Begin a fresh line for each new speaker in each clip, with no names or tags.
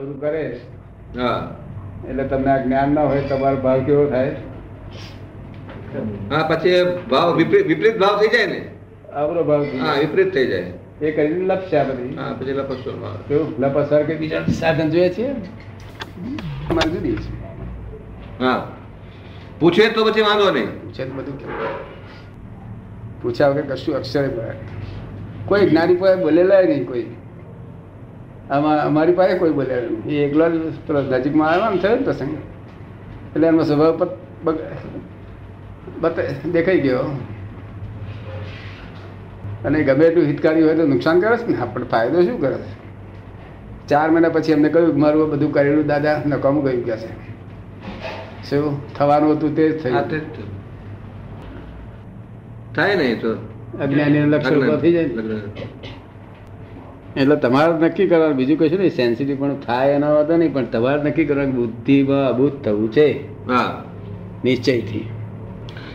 શરૂ કરે
હા
એટલે તમને આ જ્ઞાન ના હોય તમારો ભાવ કેવો થાય
હા પછી ભાવ વિપરીત વિપરીત ભાવ થઈ જાય ને
અવરો ભાવ થઈ
હા
જાય.
વિપરીત થઈ જાય
એ કરીને લપસે આ બધી
હા પછી લપસતો ભાવ
કેવું લપસ સર કે બીજા સાધન જોઈએ છે મારે જુદી છે
હા પૂછે તો પછી વાંધો નહીં
પૂછે તો બધું કેવું પૂછ્યા વગર કશું અક્ષરે બોલે કોઈ જ્ઞાની પાસે બોલેલા નહીં કોઈ આમાં અમારી પાસે કોઈ બોલેલા નહીં એ એકલો જ પેલો નજીકમાં આવ્યો ને થયો ને પ્રસંગ એટલે એનો સ્વભાવ પત- બગ- બત- દેખાઈ ગયો અને ગમે એટલું હિતકારી હોય તો નુકસાન કરે છે ને આપણને ફાયદો શું કરે છે ચાર મહિના પછી એમને કહ્યું કે મારું આ બધું કરેલું દાદા નકામું ગયું કે છે શું થવાનું હતું તે જ
હા,
થયું
તે જ તો. થાય ને એ તો
અજ્ઞાની લક્ષણ ઉભા થઈ જાય ને.
લગ્ન.
એટલે તમારે નક્કી કરવાનું બીજું કશું નહીં સેન્સિટિવ પણ થાય એનો વાંધો નહીં પણ તમારે નક્કી કરવાનું કે બુદ્ધિમાં અભૂત થવું છે
હા
નિશ્ચયથી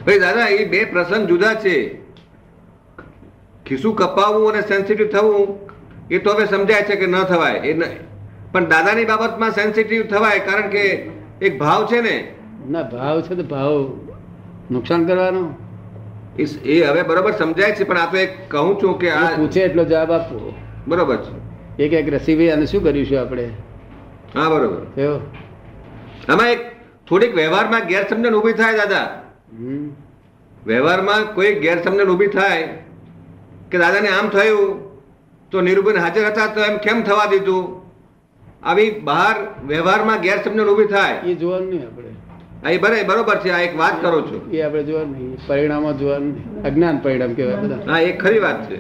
ભાઈ દાદા એ બે પ્રસંગ જુદા છે ખિસ્સું કપાવવું અને સેન્સિટિવ થવું એ તો હવે સમજાય છે કે ન થવાય એ ન પણ દાદાની બાબતમાં સેન્સિટિવ થવાય કારણ કે એક ભાવ છે ને
ના ભાવ છે તો ભાવ નુકસાન કરવાનો
એ સ- એ હવે બરોબર સમજાય છે પણ આ તો એક કહું છું કે
એ
આ
પૂછે એટલો જવાબ આપવો
બરોબર છે
એક એક રસીભાઈ આને શું કર્યું છે આપણે
હા બરોબર
કયો
આમાં એક થોડીક વ્યવહારમાં ગેરસમજણ ઊભી થાય દાદા
હમ.
વ્યવહારમાં કોઈ ગેરસમજણ ઊભી થાય કે દાદાને આમ થયું તો નિરૂબેન હાજર હતા તો એમ કેમ થવા દીધું આવી બહાર વ્યવહારમાં ગેરસમજણ ઊભી થાય
એ જોવાનું નહીં આપણે
આ એ બરે બરોબર છે આ એક વાત કરો છો
એ આપણે જોવાનું નહીં પરિણામો જોવાનું નહીં અજ્ઞાન પરિણામ કહેવાય બધા
હા એ ખરી વાત છે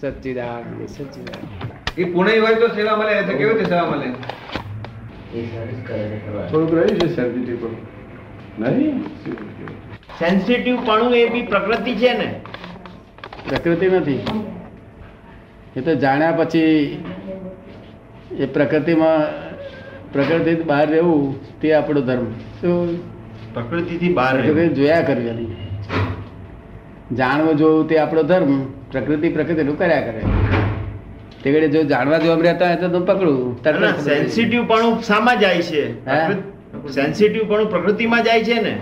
સચ્ચિદાનંદ સચ્ચિદાનંદ
એ પુણે હોય તો સેવા મળે તો કેવી રીતે સેવા મળે
થોડુંક રહ્યું છે સેન્સિટિવ નહીં
સેન્સિટિવ પણું એ બી પ્રકૃતિ છે ને
પ્રકૃતિ નથી એ તો જાણ્યા પછી એ પ્રકૃતિમાં પ્રકૃતિ બહાર રહેવું તે આપણો ધર્મ શું
પ્રકૃતિથી બહાર
પ્રકૃતિ જોયા કરવી એની. જાણવું જોવું તે આપણો ધર્મ પ્રકૃતિ પ્રકૃતિનું કર્યા કરે તે ઘડી જો જાણવા જોવા રહેતા હોય તો તો પકડું તરત જ પકડી.
સેન્સિટિવ પણું શામાં જાય છે
હે?
સેન્સિટિવ પણું પ્રકૃતિમાં જાય છે ને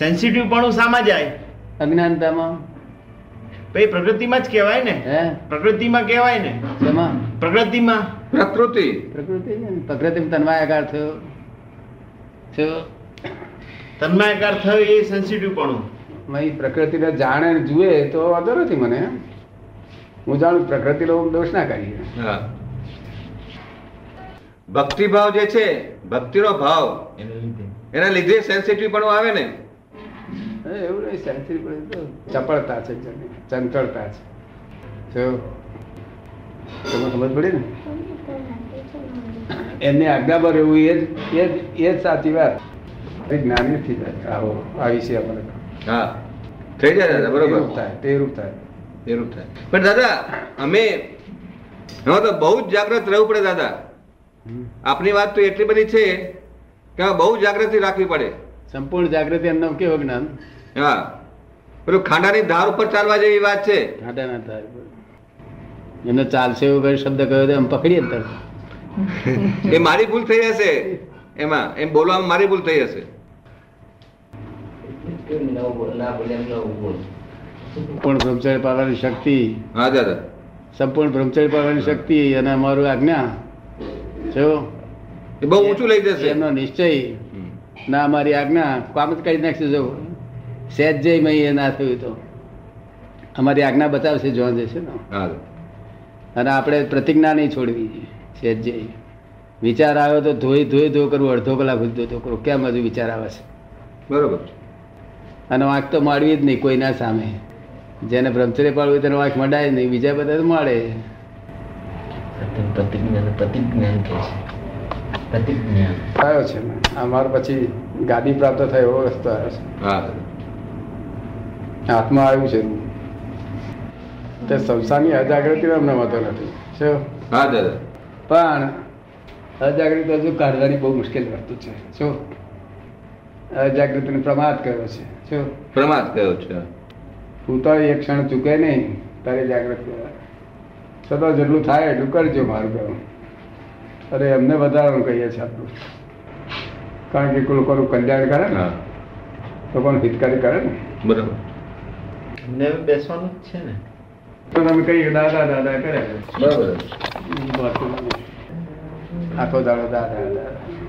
સેન્સિટિવ પણું શામાં જાય
અજ્ઞાનતામાં
ભઈ પ્રકૃતિમાં જ કહેવાય ને
હે
પ્રકૃતિમાં કહેવાય ને
તેમાં
પ્રકૃતિમાં
પ્રકૃતિ
પ્રકૃતિ ને પ્રકૃતિમાં તન્માયાકાર થયો થયો
તન્માયકાર થયો એ સેન્સિટિવ પણું
મય પ્રકૃતિને જાણે ને જુએ તો વાંધો નથી મને હું જાણું પ્રકૃતિ લોકો દોષ ના કરીએ
હા ભક્તિભાવ જે છે ભક્તિનો ભાવ એના લીધે સેન્સિટિવ પણ આવે ને
એ એવું નહીં સેન્સિટિવ પડે તો ચપળતા છે જનની, ચંચળતા છે જો તમને સમજ પડી ને એમને આજ્ઞામાં રહેવું એ જ એ જ એ જ સાચી વાત એ જ્ઞાની નથી જાય આવો આ વિશે આપણે
હા થઈ જાય દાદા
તે
બરોબર
રૂપ થાય તે રૂપ થાય
એવું થાય પણ દાદા અમે હવે તો બહુ જ જાગ્રત રહેવું પડે દાદા આપની વાત તો એટલી બધી છે કે હવે બહુ જાગૃતિ રાખવી પડે
સંપૂર્ણ જાગૃતિ એમનો કેવો જ્ઞાન
હા પેલું ખાંડાની ધાર ઉપર ચાલવા જેવી વાત છે
ઘાટા ના થાય એમનો ચાલશે એવો કઈ શબ્દ કહ્યો તો એમ પકડીએ ને તરત
એ મારી ભૂલ થઈ હશે એમાં એમ બોલવામાં મારી ભૂલ થઈ હશે
પણ બ્રહ્મચર્ય પાળવાની શક્તિ
હા દાદા
સંપૂર્ણ બ્રહ્મચર્ય પાળવાની શક્તિ અને અમારું આજ્ઞા જો
એ બહુ ઊંચું લઈ જશે
એમનો નિશ્ચય
હમ.
ના અમારી આજ્ઞા કામ જ કરી નાખશે જો સહેજ જય મય એ ના થયું તો અમારી આજ્ઞા બતાવશે જોન જશે ને
હા દાદા.
અને આપણે પ્રતિજ્ઞા નહીં છોડવી સહેજ જય વિચાર આવ્યો તો ધોઈ ધોઈ ધો કરવું અડધો કલાક સુધી ધો કરવું કેમ હજુ વિચાર આવે છે
બરોબર
અને વાંક તો માડવી જ નહીં કોઈના સામે જેને બ્રહ્મચર્ય પાડવું હોય તેને વાંક મડાય નહીં બીજા બધા તો મળે થયો છે અમારો પછી ગાડી પ્રાપ્ત થાય એવો રસ્તો આવ્યો છે
હા દાદા.
હાથમાં આવ્યું છે એનું. તે સંસારની અજાગૃતિનો અમને વાંધો નથી શું
હા દાદા
પણ અજાગૃતિ હજુ કાઢવાની બહુ મુશ્કેલ વસ્તુ છે શું અજાગૃતિને પ્રમાદ કર્યો છે શું
પ્રમાદ કયો છે
હું તો એક ક્ષણ ચૂકે નહીં તારે જાગૃત કહેવાય છતાં જેટલું થાય એટલું કરજો મારું કહેવું અરે એમને વધારાનું કહીએ છીએ આપણું કારણ કે લોકોનું કલ્યાણ કરે ને
હા
લોકોનું હિતકારી કરે ને
બરાબર
એમને હવે બેસવાનું જ છે ને
તો તમે કહીએ દાદા દાદા કરે
બરાબર
આખો દાડો દાદા દાદા